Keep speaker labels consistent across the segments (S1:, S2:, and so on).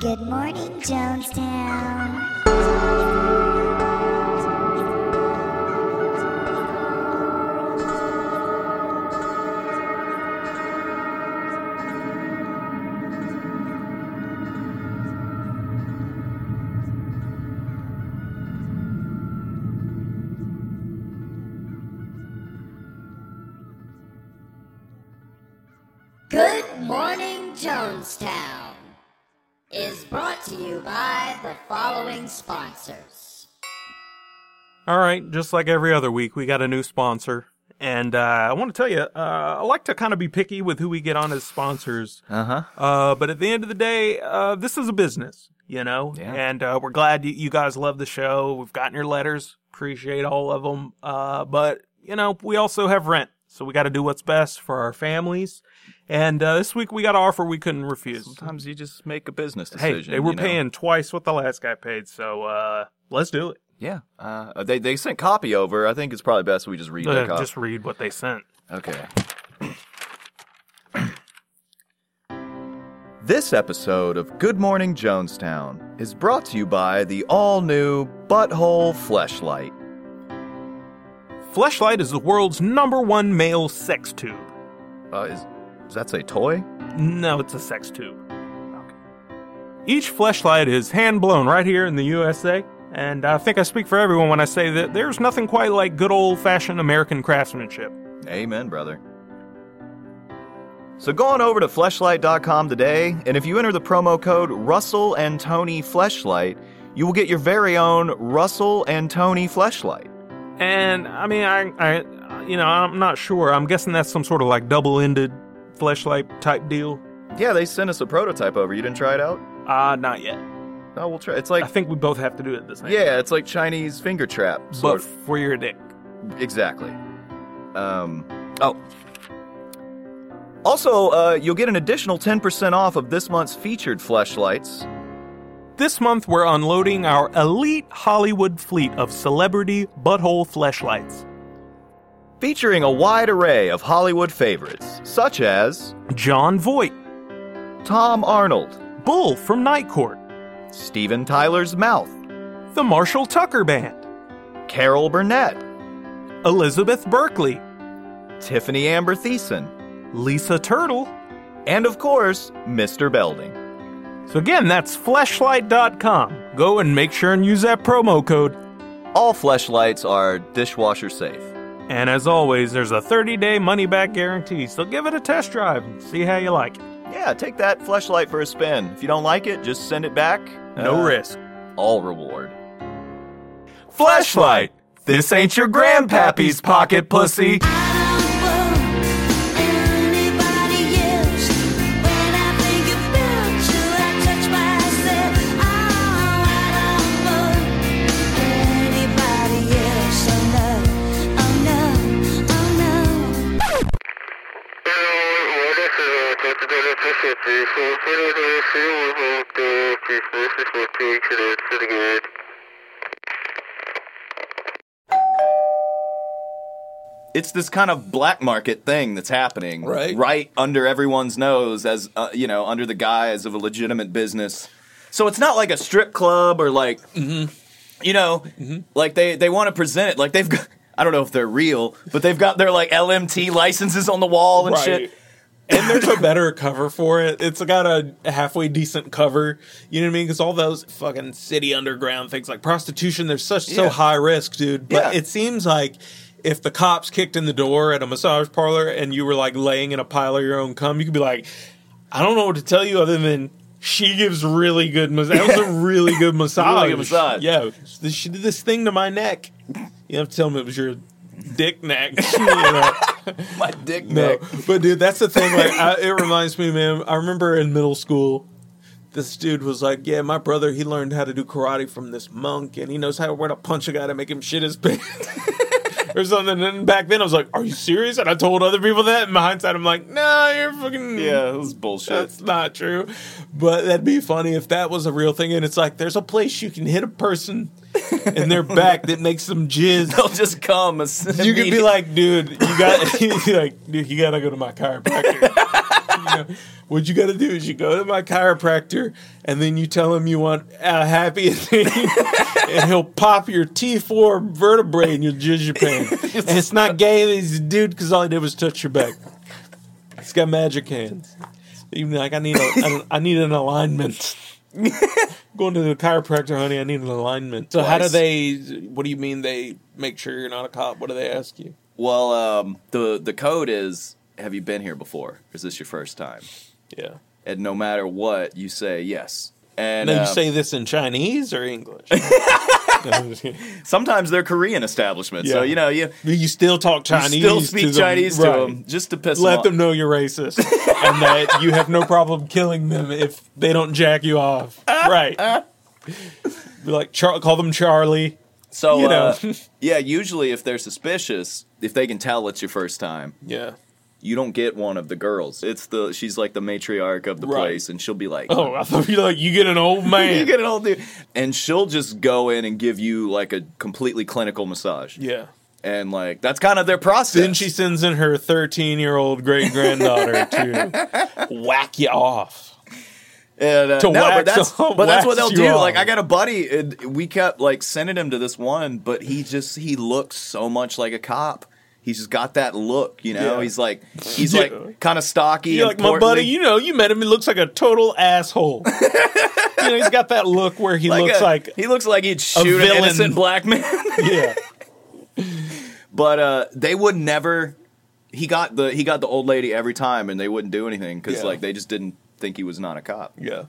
S1: Good morning, Jonestown.
S2: Good Morning Jonestown is brought to you by the following sponsors.
S3: All right, just like every other week, we got a new sponsor. And uh, I want to tell you, uh, I like to kind of be picky with who we get on as sponsors.
S4: Uh-huh.
S3: Uh, but at the end of the day, uh, this is a business, you know?
S4: Yeah.
S3: And uh, we're glad you, you guys love the show. We've gotten your letters, appreciate all of them. Uh, but, you know, we also have rent. So we got to do what's best for our families. And uh, this week, we got an offer we couldn't refuse.
S4: Sometimes you just make a business
S3: Hey,
S4: decision.
S3: they were
S4: you know?
S3: paying twice what the last guy paid. So uh, let's do it.
S4: Yeah. Uh, they they sent copy over. I think it's probably best we just read
S3: Uh,
S4: the copy.
S3: just read what they sent.
S4: Okay. this episode of Good Morning Jonestown is brought to you by the all new Butthole Fleshlight.
S3: Fleshlight is the world's number one male sex tube.
S4: Uh, is, does that say toy?
S3: No, it's a sex tube. Each fleshlight is hand blown right here in the USA, and I think I speak for everyone when I say that there's nothing quite like good old fashioned American craftsmanship.
S4: Amen, brother. So go on over to fleshlight.com today, and if you enter the promo code Russell and Tony Fleshlight, you will get your very own Russell and Tony Fleshlight.
S3: And I mean, I, I you know, I'm not sure. I'm guessing that's some sort of like double ended fleshlight type deal.
S4: Yeah, they sent us a prototype over. You didn't try it out?
S3: Uh, not yet.
S4: No, we'll try. It's
S3: I
S4: like
S3: think we both have to do it this time.
S4: yeah, it's like Chinese finger trap.
S3: but
S4: Sort
S3: for your dick.
S4: of. Exactly. Um. Oh. Also, uh, you'll get an additional 10% off of this month's featured fleshlights.
S3: This month, we're unloading our elite Hollywood fleet of celebrity butthole fleshlights.
S4: featuring a wide array of Hollywood favorites, such as
S3: John Voight,
S4: Tom Arnold,
S3: Bull from Night Court,
S4: Steven Tyler's Mouth,
S3: The Marshall Tucker Band,
S4: Carol Burnett,
S3: Elizabeth Berkley,
S4: Tiffany Amber Thiessen,
S3: Lisa Turtle.
S4: and of course, Mr. Belding.
S3: So, again, that's fleshlight.com. Go and make sure and use that promo code.
S4: All fleshlights are dishwasher safe.
S3: And as always, there's a 30 day money back guarantee, so give it a test drive and see how you like it.
S4: Yeah, take that fleshlight for a spin. If you don't like it, just send it back.
S3: No
S4: Uh,
S3: risk.
S4: All reward.
S3: Fleshlight!
S4: This ain't your
S3: grandpappy's pocket pussy.
S5: Oh,
S6: Pretty good.
S4: It's this kind of black market thing that's happening
S7: Right.
S4: right under everyone's nose as uh, you know, under the guise of a legitimate business. So it's not like a strip club or like
S7: Mm-hmm.
S4: you know, like they they want to present it like they've got I don't know if they're real, but they've got their like LMT licenses on the wall and shit.
S7: And there's a better cover for it. It's got a halfway decent cover. You know what I mean? Because all those fucking city underground things like prostitution, they're such so
S4: Yeah.
S7: high risk, dude. But
S4: Yeah.
S7: it seems like if the cops kicked in the door at a massage parlor and you were like laying in a pile of your own cum, you could be like, I don't know what to tell you other than she gives really good massage. That was a really good massage.
S4: Really good massage.
S7: Yeah, this- she did this thing to my neck. You have to tell me it was your dick neck. You know?
S4: My dick
S7: No,
S4: neck.
S7: but dude, that's the thing. Like, I, it reminds me, man. I remember in middle school, this dude was like, "Yeah, my brother, he learned how to do karate from this monk, and he knows how where to punch a guy to make him shit his pants." Or something. And back then, I was like, "Are you serious?" And I told other people that. In hindsight, I'm like, "No, you're fucking
S4: Yeah, that was bullshit.
S7: that's not true. But that'd be funny if that was a real thing. And it's like, there's a place you can hit a person in their back that makes them jizz.
S4: They'll just come.
S7: You could be like, dude, you got you're like, dude, you gotta go to my chiropractor. you know, what you got to do is you go to my chiropractor and then you tell him you want a happy ending, and he'll pop your T4 vertebrae in your jizz pain. and it's not gay, he's a dude because all he did was touch your back. He's got magic hands. Even like I need, a, I, I need an alignment. Going to the chiropractor, honey. I need an alignment. So how do
S4: Twice.
S7: they? What do you mean they make sure you're not a cop? What do they ask you?
S4: Well, um, the the code is: Have you been here before? Or is this your first time?
S7: Yeah.
S4: And no matter what, you say yes. And
S7: Now you
S4: um,
S7: say this in Chinese or English?
S4: sometimes they're Korean establishments, so
S7: Yeah.
S4: you know you,
S7: you still talk
S4: you
S7: Chinese.
S4: still speak
S7: to them.
S4: Chinese to
S7: Right.
S4: them just to piss
S7: Let
S4: them
S7: them know you're racist and that you have no problem killing them if they don't jack you off. right. Be like Char- call them Charlie.
S4: So
S7: You know.
S4: uh, yeah, usually if they're suspicious, if they can tell it's your first time,
S7: Yeah.
S4: you don't get one of the girls. It's the she's like the matriarch of the
S7: Right.
S4: place, and she'll be like,
S7: Oh, I thought you were like you get an old man.
S4: you get an old dude," and she'll just go in and give you like a completely clinical massage,
S7: yeah.
S4: and like that's kind of their process.
S7: Then she sends in her 13 year old great granddaughter to whack you off.
S4: And, uh,
S7: To
S4: no,
S7: wax
S4: but that's,
S7: on-
S4: but that's what
S7: wax
S4: they'll
S7: you
S4: do.
S7: on.
S4: Like I got a buddy, and we kept like sending him to this one, but he just he looks so much like a cop. He's just got that look, you know.
S7: Yeah.
S4: He's like he's
S7: Yeah.
S4: like kind of stocky.
S7: You're like,
S4: and
S7: my buddy,
S4: portly."
S7: you know, you met him. He looks like a total asshole. you know, he's got that look where he looks
S4: a-
S7: like,
S4: uh, he looks like he'd shoot an
S7: villain.
S4: innocent black man.
S7: yeah.
S4: but uh, they would never. He got the he got the old lady every time, and they wouldn't do anything because
S7: Yeah.
S4: like they just didn't think he was not a cop.
S7: Yeah.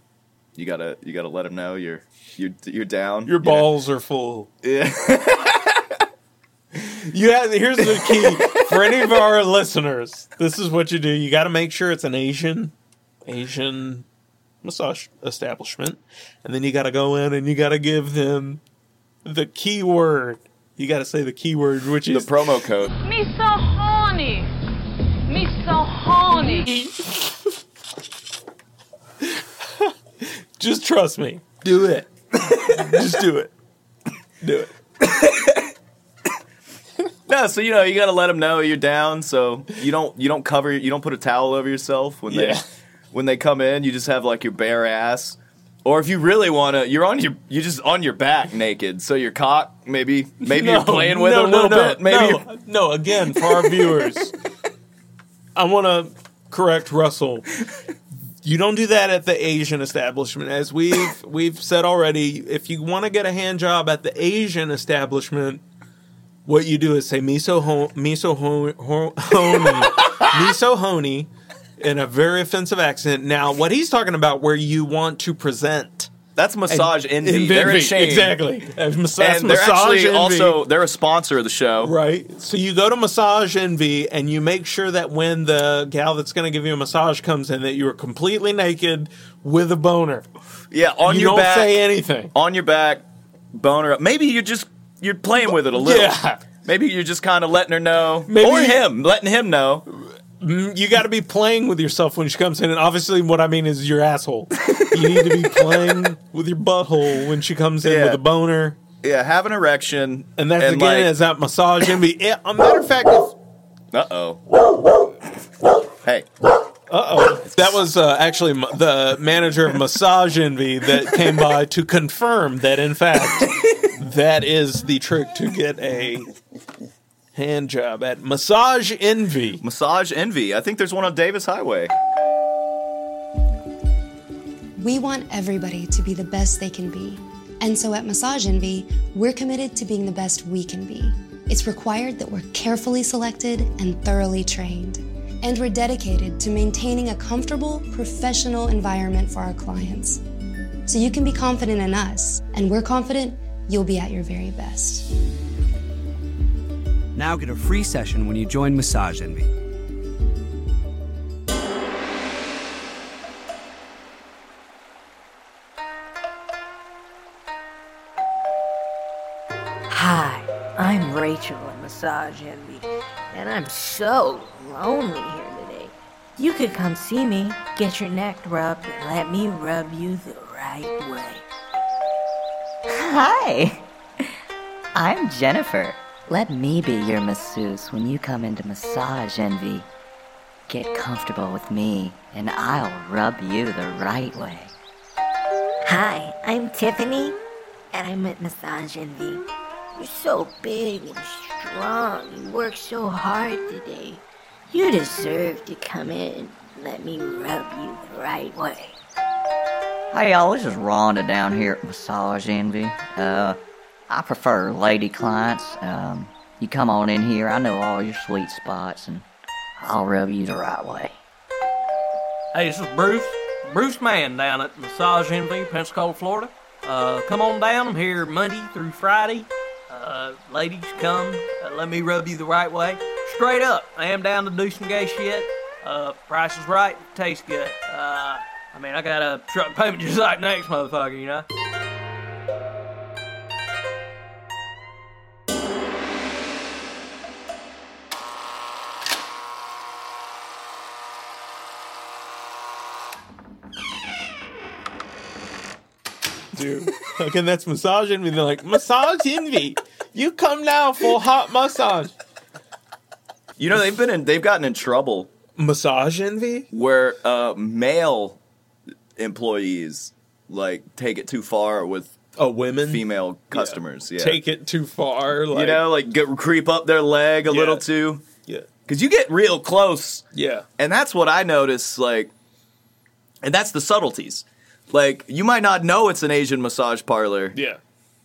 S4: You gotta you gotta let him know you're you're you're down.
S7: Your
S4: you know?
S7: balls are full. You have here's the key for any of our listeners. This is what you do. You got to make sure it's an Asian Asian massage establishment, and then you got to go in and you got to give them the keyword. You got to say the keyword, which
S4: The
S7: is
S4: promo code.
S6: Me so horny. Me so horny.
S7: just trust me. Do it. just do it. Do it.
S4: No, so you know you gotta let them know you're down. So you don't you don't cover you don't put a towel over yourself when they
S7: Yeah.
S4: when they come in. You just have like your bare ass, or if you really wanna, you're on your you're just on your back naked. So your cock maybe maybe you're playing with it a little bit. Maybe you're-
S7: no, no. Again, for our viewers, I want to correct Russell. You don't do that at the Asian establishment, as we've we've said already. If you want to get a hand job at the Asian establishment, what you do is say miso ho- miso ho- ho- honey miso honey in a very offensive accent. Now, what he's talking about, where you want to present
S4: that's massage envy.
S7: Envy.
S4: They're in shame.
S7: exactly, and massage
S4: And they're actually
S7: envy.
S4: also they're a sponsor of the show.
S7: Right. So you go to Massage Envy and you make sure that when the gal that's going to give you a massage comes in, that you are completely naked with a boner.
S4: Yeah, on
S7: you
S4: your
S7: don't
S4: back,
S7: say anything.
S4: on your back, boner up. Maybe you're just you're playing with it a little.
S7: Yeah.
S4: Maybe you're just kind of letting her know,
S7: Maybe
S4: or
S7: you-
S4: him, letting him know.
S7: You got to be playing with yourself when she comes in. And obviously, what I mean is your asshole. you need to be playing with your butthole when she comes in
S4: Yeah.
S7: with a boner.
S4: Yeah, have an erection.
S7: And that's again,
S4: like,
S7: is that Massage Envy. Yeah, a matter of fact, if,
S4: Uh oh. Hey.
S7: That was uh, actually m- the manager of Massage Envy that came by to confirm that, in fact, that is the trick to get a hand job at Massage Envy.
S4: Massage Envy. I think there's one on Davis Highway.
S5: We want everybody to be the best they can be. And so at Massage Envy, we're committed to being the best we can be. It's required that we're carefully selected and thoroughly trained. And we're dedicated to maintaining a comfortable, professional environment for our clients. So you can be confident in us, and we're confident you'll be at your very best.
S8: Now get a free session when you join Massage Envy.
S6: Hi, I'm Rachel at Massage Envy, and I'm so lonely here today. You could come see me, get your neck rubbed, and let me rub you the right way.
S9: Hi, I'm Jennifer. Let me be your masseuse when you come into Massage Envy. Get comfortable with me, and I'll rub you the right way.
S6: Hi, I'm Tiffany, and I'm at Massage Envy. You're so big and strong. You worked so hard today. You deserve to come in and let me rub you the right way.
S9: Hey y'all, this is Rhonda down here at Massage Envy. Uh, I prefer lady clients. Um, you come on in here, I know all your sweet spots, and I'll rub you the right way.
S10: Hey, this is Bruce. Bruce Mann down at Massage Envy, Pensacola, Florida. Uh, come on down. I'm here Monday through Friday. Uh, ladies, come. Uh, let me rub you the right way. Straight up, I am down to do some gay shit. Uh, price is right. Tastes good. Uh, I mean, I got a truck payment just like next motherfucker, you know?
S7: dude. Again, that's massage envy. They're like, massage envy. You come now for hot massage.
S4: You know they've been in, they've gotten in trouble
S7: Massage envy?
S4: where uh, male employees like take it too far with
S7: Oh, women
S4: female customers. Yeah,
S7: take it too far. Like,
S4: you know, like get, creep up their leg a
S7: Yeah.
S4: little too,
S7: yeah,
S4: because you get real close,
S7: yeah,
S4: and that's what I notice. Like, and that's the subtleties. Like, you might not know it's an Asian massage parlor
S7: yeah.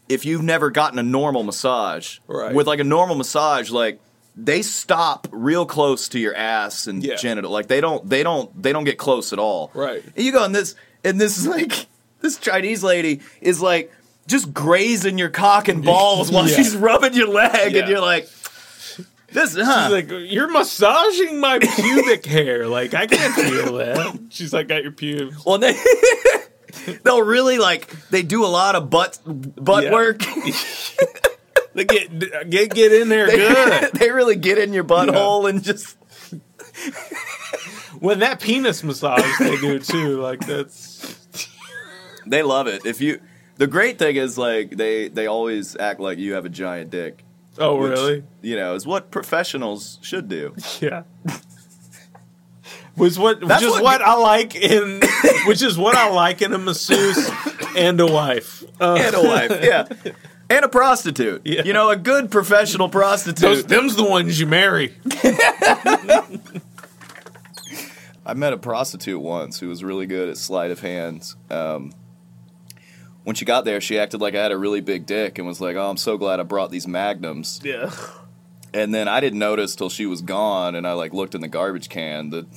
S4: if you've never gotten a normal massage.
S7: Right.
S4: With like a normal massage, like they stop real close to your ass and
S7: Yeah.
S4: genital. Like they don't they don't they don't get close at all.
S7: Right.
S4: And you go in this and this is like this Chinese lady is like just grazing your cock and balls while
S7: Yeah.
S4: she's rubbing your leg
S7: Yeah.
S4: and you're like this huh?
S7: She's like, you're massaging my pubic hair. Like, I can't feel that. She's like, got your pubes.
S4: well they They'll really like they do a lot of butt butt
S7: Yeah.
S4: work.
S7: Like, get get get in there good.
S4: they really get in your butthole and just
S7: When that penis massage they do too, like that's
S4: They love it. If you, the great thing is like they they always act like you have a giant dick.
S7: oh
S4: which,
S7: really?
S4: You know, is what professionals should do.
S7: Yeah. Was what
S4: That's
S7: which is
S4: what-
S7: what I like in which is what I like in a masseuse and a wife. Uh,
S4: And a wife, yeah, and a prostitute.
S7: Yeah.
S4: You know, a good professional prostitute.
S7: those, them's the ones you marry.
S4: I met a prostitute once who was really good at sleight of hands. Um, when she got there, she acted like I had a really big dick and was like, "Oh, I'm so glad I brought these magnums."
S7: Yeah.
S4: And then I didn't notice till she was gone, and I like looked in the garbage can that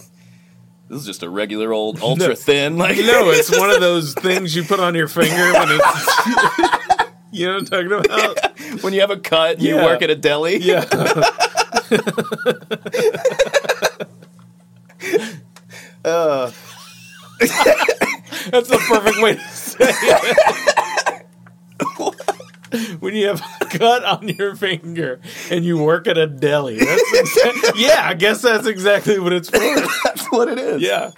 S4: this is just a regular old ultra thin. Like
S7: No, it's one of those things you put on your finger when it's You know what I'm talking about?
S4: when you have a cut, you
S7: Yeah.
S4: work at a deli.
S7: Yeah. That's the perfect way to say it. when you have a cut on your finger and you work at a deli. That's exa- yeah, I guess that's exactly what it's for.
S4: That's what it is.
S7: Yeah.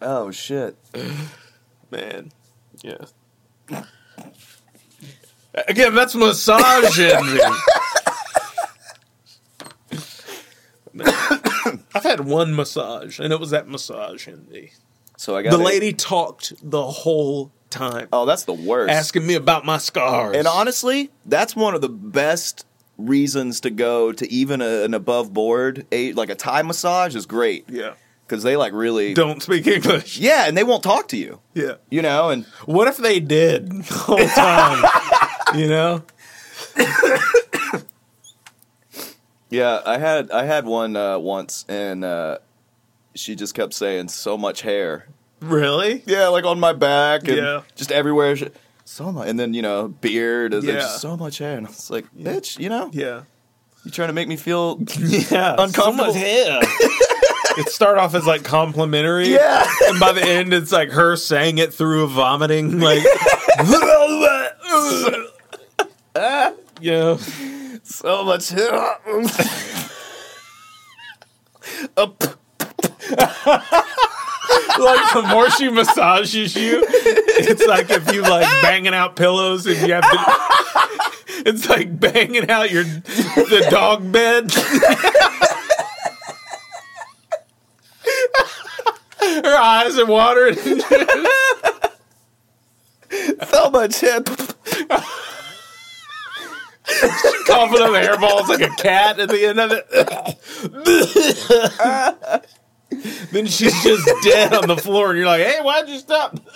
S4: Oh shit.
S7: Man. Yeah. Again, that's massage envy. I've had one massage, and it was that massage envy.
S4: So I got
S7: The
S4: it.
S7: lady talked the whole time,
S4: Oh, that's the worst.
S7: asking me about my scars.
S4: and honestly, that's one of the best reasons to go to even a, an above board a, like a Thai massage is great
S7: yeah,
S4: because they like really
S7: don't speak English.
S4: yeah, and they won't talk to you.
S7: Yeah.
S4: You know, and
S7: What if they did the whole time? you know?
S4: yeah, I had I had one uh, once, and uh, she just kept saying so much hair.
S7: Really?
S4: Yeah, like on my back and
S7: Yeah.
S4: just everywhere. She- So much, and then you know, beard. And there's
S7: Yeah.
S4: just so much hair, and I was like, "Bitch, you know,
S7: Yeah.
S4: You trying to make me feel
S7: Yeah.
S4: uncomfortable?
S7: hair. it started off as like complimentary.
S4: yeah.
S7: and by the end, it's like her saying it through a vomiting, like, yeah,
S4: so much hair. Up.
S7: like the more she massages you, it's like if you like banging out pillows and you have to, it's like banging out your the dog bed. her eyes are watering.
S4: Thelma Chip.
S7: coughing up hairballs like a cat at the end of it. then she's just dead on the floor, and you're like, "Hey, why'd you stop?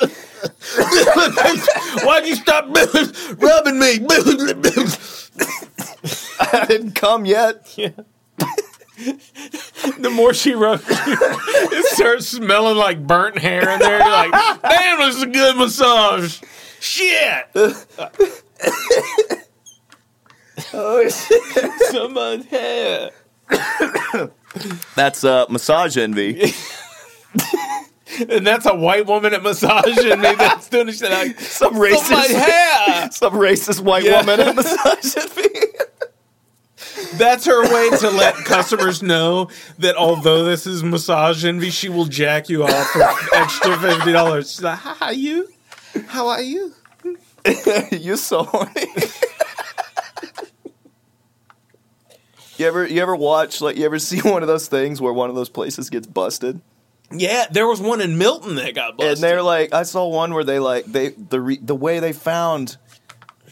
S7: why'd you stop rubbing me?"
S4: I didn't come yet.
S7: the more she rubs, you, it starts smelling like burnt hair in there. You're like, "Damn, this is a good massage." Shit!
S4: Oh, shit.
S7: Someone's hair.
S4: That's uh, massage envy.
S7: And that's a white woman at massaging me that's doing shit like,
S4: Some
S7: my
S4: racist,
S7: hair!
S4: some racist white
S7: Yeah.
S4: woman at massage envy.
S7: That's her way to let customers know that although this is massage envy, she will jack you off for extra fifty dollars. She's like, "How are you? How are you?"
S4: You're so horny. you ever you ever watch like you ever see one of those things where one of those places gets busted?
S7: Yeah, there was one in Milton that got busted.
S4: And they're like, I saw one where they like they the re, the way they found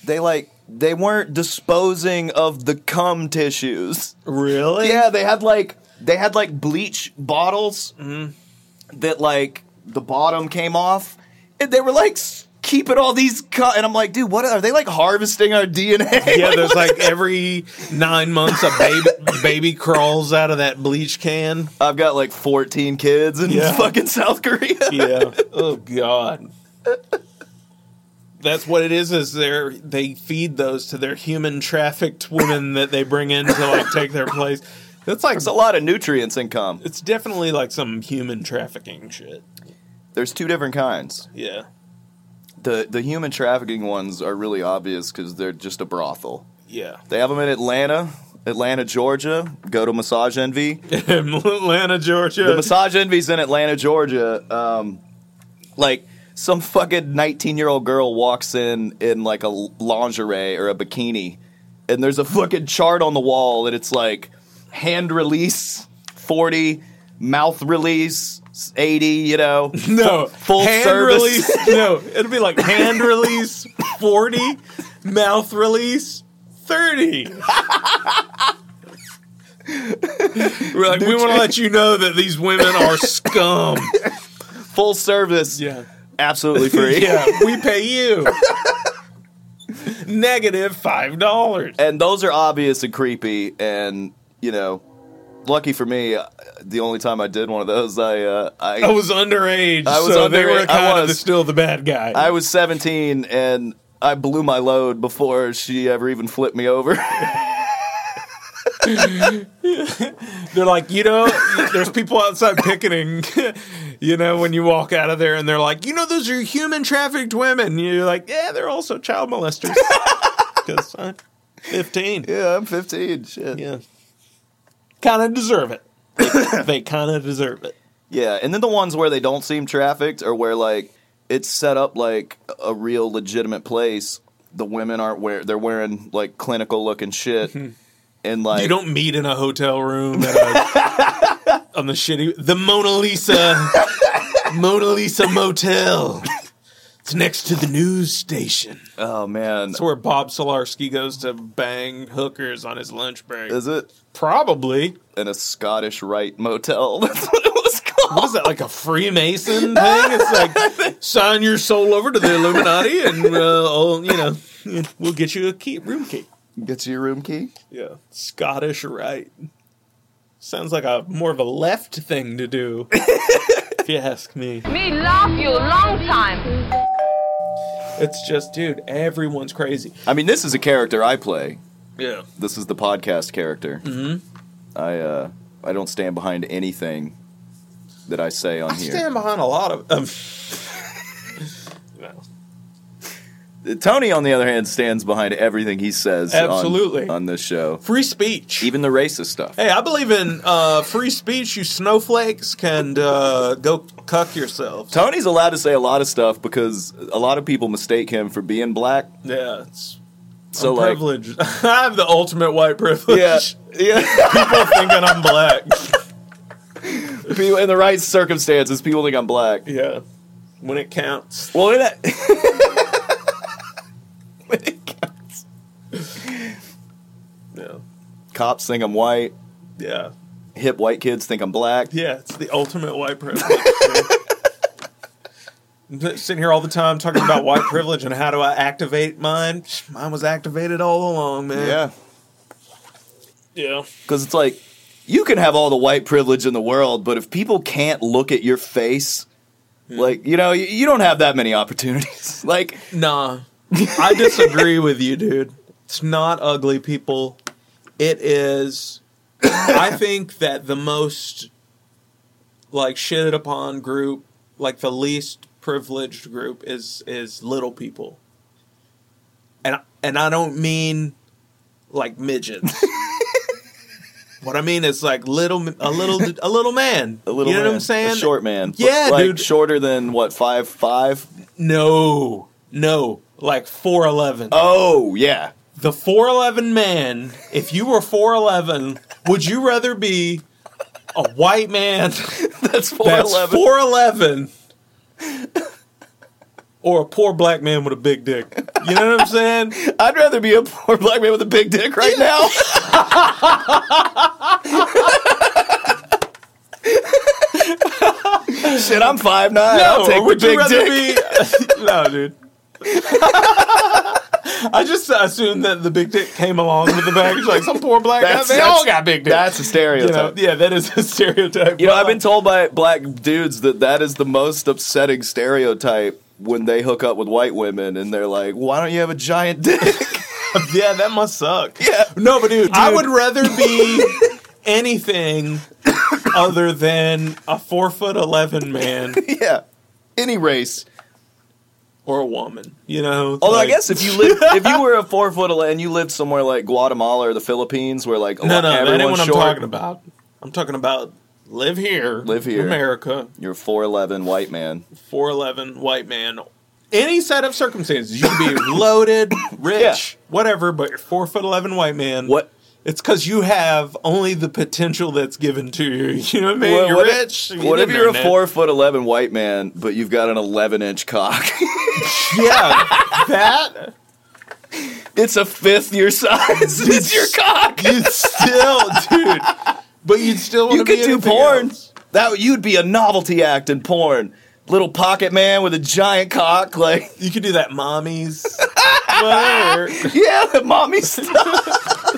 S4: they like they weren't disposing of the cum tissues.
S7: really?
S4: Yeah, they had like they had like bleach bottles
S7: Mm-hmm.
S4: that like the bottom came off, and they were like s- keeping all these. Cu- and I'm like, dude, what are they like harvesting our DNA?
S7: Yeah,
S4: Like,
S7: there's
S4: what-
S7: like every nine months a baby baby crawls out of that bleach can.
S4: I've got like 14 kids in
S7: Yeah.
S4: fucking South Korea.
S7: yeah. Oh God. That's what it is. Is they they feed those to their human trafficked women that they bring in to like take their place. That's like
S4: There's a lot of nutrients in cum.
S7: it's definitely like some human trafficking shit.
S4: There's two different kinds.
S7: Yeah.
S4: The the human trafficking ones are really obvious because they're just a brothel.
S7: Yeah.
S4: They have them in Atlanta, Atlanta, Georgia. Go to Massage Envy. the
S7: Atlanta, Georgia.
S4: massage envy's in Atlanta, Georgia. Um, like some fucking nineteen-year-old girl walks in in like a lingerie or a bikini, and there's a fucking chart on the wall, and it's like hand release forty, mouth release eighty. You know,
S7: no.
S4: full
S7: hand
S4: service.
S7: release. No. It'd be like hand release 40, mouth release 30. We're like, we want to let you know that these women are scum.
S4: full service,
S7: Yeah.
S4: absolutely free.
S7: Yeah. We pay you. Negative five dollars.
S4: and those are obvious and creepy and you know lucky for me uh, the only time i did one of those i uh, I,
S7: I was underage,
S4: I was
S7: so they were
S4: underage. I
S7: kind of
S4: was.
S7: still the bad guy.
S4: I was 17 and i blew my load before she ever even flipped me over
S7: They're like, you know, there's people outside picketing, you know, when you walk out of there and they're like, you know, those are human trafficked women. And you're like, yeah, they're also child molesters. Because I'm 15.
S4: yeah i'm 15 shit yeah.
S7: Yeah. Kind of deserve it. they kind of deserve it.
S4: and then the ones where they don't seem trafficked or where like it's set up like a real legitimate place the women aren't wear they're wearing like clinical looking shit and like
S7: You don't meet in a hotel room at a, on the shitty, the Mona Lisa, Mona Lisa Motel. It's next to the news station.
S4: oh man
S7: That's where Bob Solarski goes to bang hookers on his lunch break.
S4: is it
S7: Probably.
S4: in a Scottish Rite motel. That's what it was called.
S7: What is that, like a Freemason thing? It's like, sign your soul over to the Illuminati and, uh, all, you know, we'll get you a key, room key.
S4: Get your room key.
S7: Yeah. Scottish right. Sounds like a more of a left thing to do, if you ask me.
S11: Me love you long time.
S7: It's just, dude, everyone's crazy.
S4: I mean, this is a character I play.
S7: Yeah.
S4: This is the podcast character. Mm-hmm. I uh, I don't stand behind anything that I say on
S7: I
S4: here.
S7: stand behind a lot of. Um,
S4: Tony, on the other hand, stands behind everything he says. on-
S7: Absolutely.
S4: on, this show,
S7: free speech.
S4: even the racist stuff.
S7: Hey, I believe in uh, free speech. You snowflakes can uh, go cuck yourselves.
S4: Tony's allowed to say a lot of stuff because a lot of people mistake him for being black.
S7: Yeah, it's
S4: So
S7: I'm
S4: like,
S7: privileged. I have the ultimate white privilege.
S4: yeah, yeah.
S7: People thinking I'm black.
S4: People in the right circumstances, people think I'm black.
S7: Yeah. When it counts.
S4: Well, when it,
S7: Yeah.
S4: cops think I'm white.
S7: Yeah.
S4: Hip white kids think I'm black.
S7: Yeah, it's the ultimate white privilege. I'm Sitting here all the time talking about white privilege and how do I activate mine? Psh, Mine was activated all along, man.
S4: Yeah.
S7: Yeah.
S4: Because it's like, you can have all the white privilege in the world, but if people can't look at your face,
S7: Hmm.
S4: like, you know, you, you don't have that many opportunities. like,
S7: Nah. I disagree with you, dude. It's not ugly people. It is I think that the most like shitted upon group, like the least privileged group is is little people. And and I don't mean like midgets. what I mean is like little a little a little man.
S4: a little
S7: you know
S4: man,
S7: what I'm saying?
S4: A short man.
S7: Yeah,
S4: like,
S7: dude.
S4: Shorter than, what, Five, five?
S7: No. No. Like 4'11.
S4: Oh, yeah.
S7: the 411 man, if you were 411, would you rather be a white man
S4: That's
S7: that's
S4: 4'11.
S7: 411 or a poor black man with a big dick? You know what I'm saying?
S4: I'd rather be a poor black man with a big dick right now. Shit, I'm five nine. I'll take
S7: or would
S4: the
S7: you
S4: big dick.
S7: rather be? no, dude. I just assumed that the big dick came along with the baggage, like some poor black
S4: That's-
S7: guy. They
S4: that's-
S7: all got big dicks.
S4: That's a
S7: You know,
S4: stereotype. You know,
S7: yeah, that is a stereotype.
S4: I've been told by black dudes that that is the most upsetting stereotype when they hook up with white women and they're like, "Why don't you have a giant dick?"
S7: yeah, that must suck.
S4: yeah.
S7: No, but dude, I
S4: dude.
S7: would rather be anything other than a four foot eleven man
S4: Yeah. Any race.
S7: or a woman. You know.
S4: Although
S7: like-
S4: I guess if you live, if you were a four foot ele- and you lived somewhere like Guatemala or the Philippines, where like a
S7: no,
S4: lot-
S7: no, that ain't
S4: everyone's
S7: what I'm
S4: short,
S7: talking about. I'm talking about live here,
S4: Live here.
S7: America,
S4: you're four eleven white man.
S7: four eleven white man. Any set of circumstances, you can be loaded, rich, whatever, but you're four foot eleven white man.
S4: What?
S7: It's because you have only the potential that's given to you. You know what I mean?
S4: What,
S7: you're
S4: what if-
S7: rich. you
S4: what if
S7: didn't
S4: you're
S7: earn
S4: a
S7: it.
S4: four foot eleven white man, but you've got an eleven inch cock?
S7: Yeah, that
S4: it's a fifth your size. it's your cock.
S7: you'd still, dude. But you'd still want
S4: You
S7: to
S4: could
S7: be
S4: do
S7: anything
S4: porn.
S7: else.
S4: That you'd be a novelty act in porn. Little pocket man with a giant cock, like
S7: You could do that, mommies. Whatever.
S4: yeah, the mommy stuff.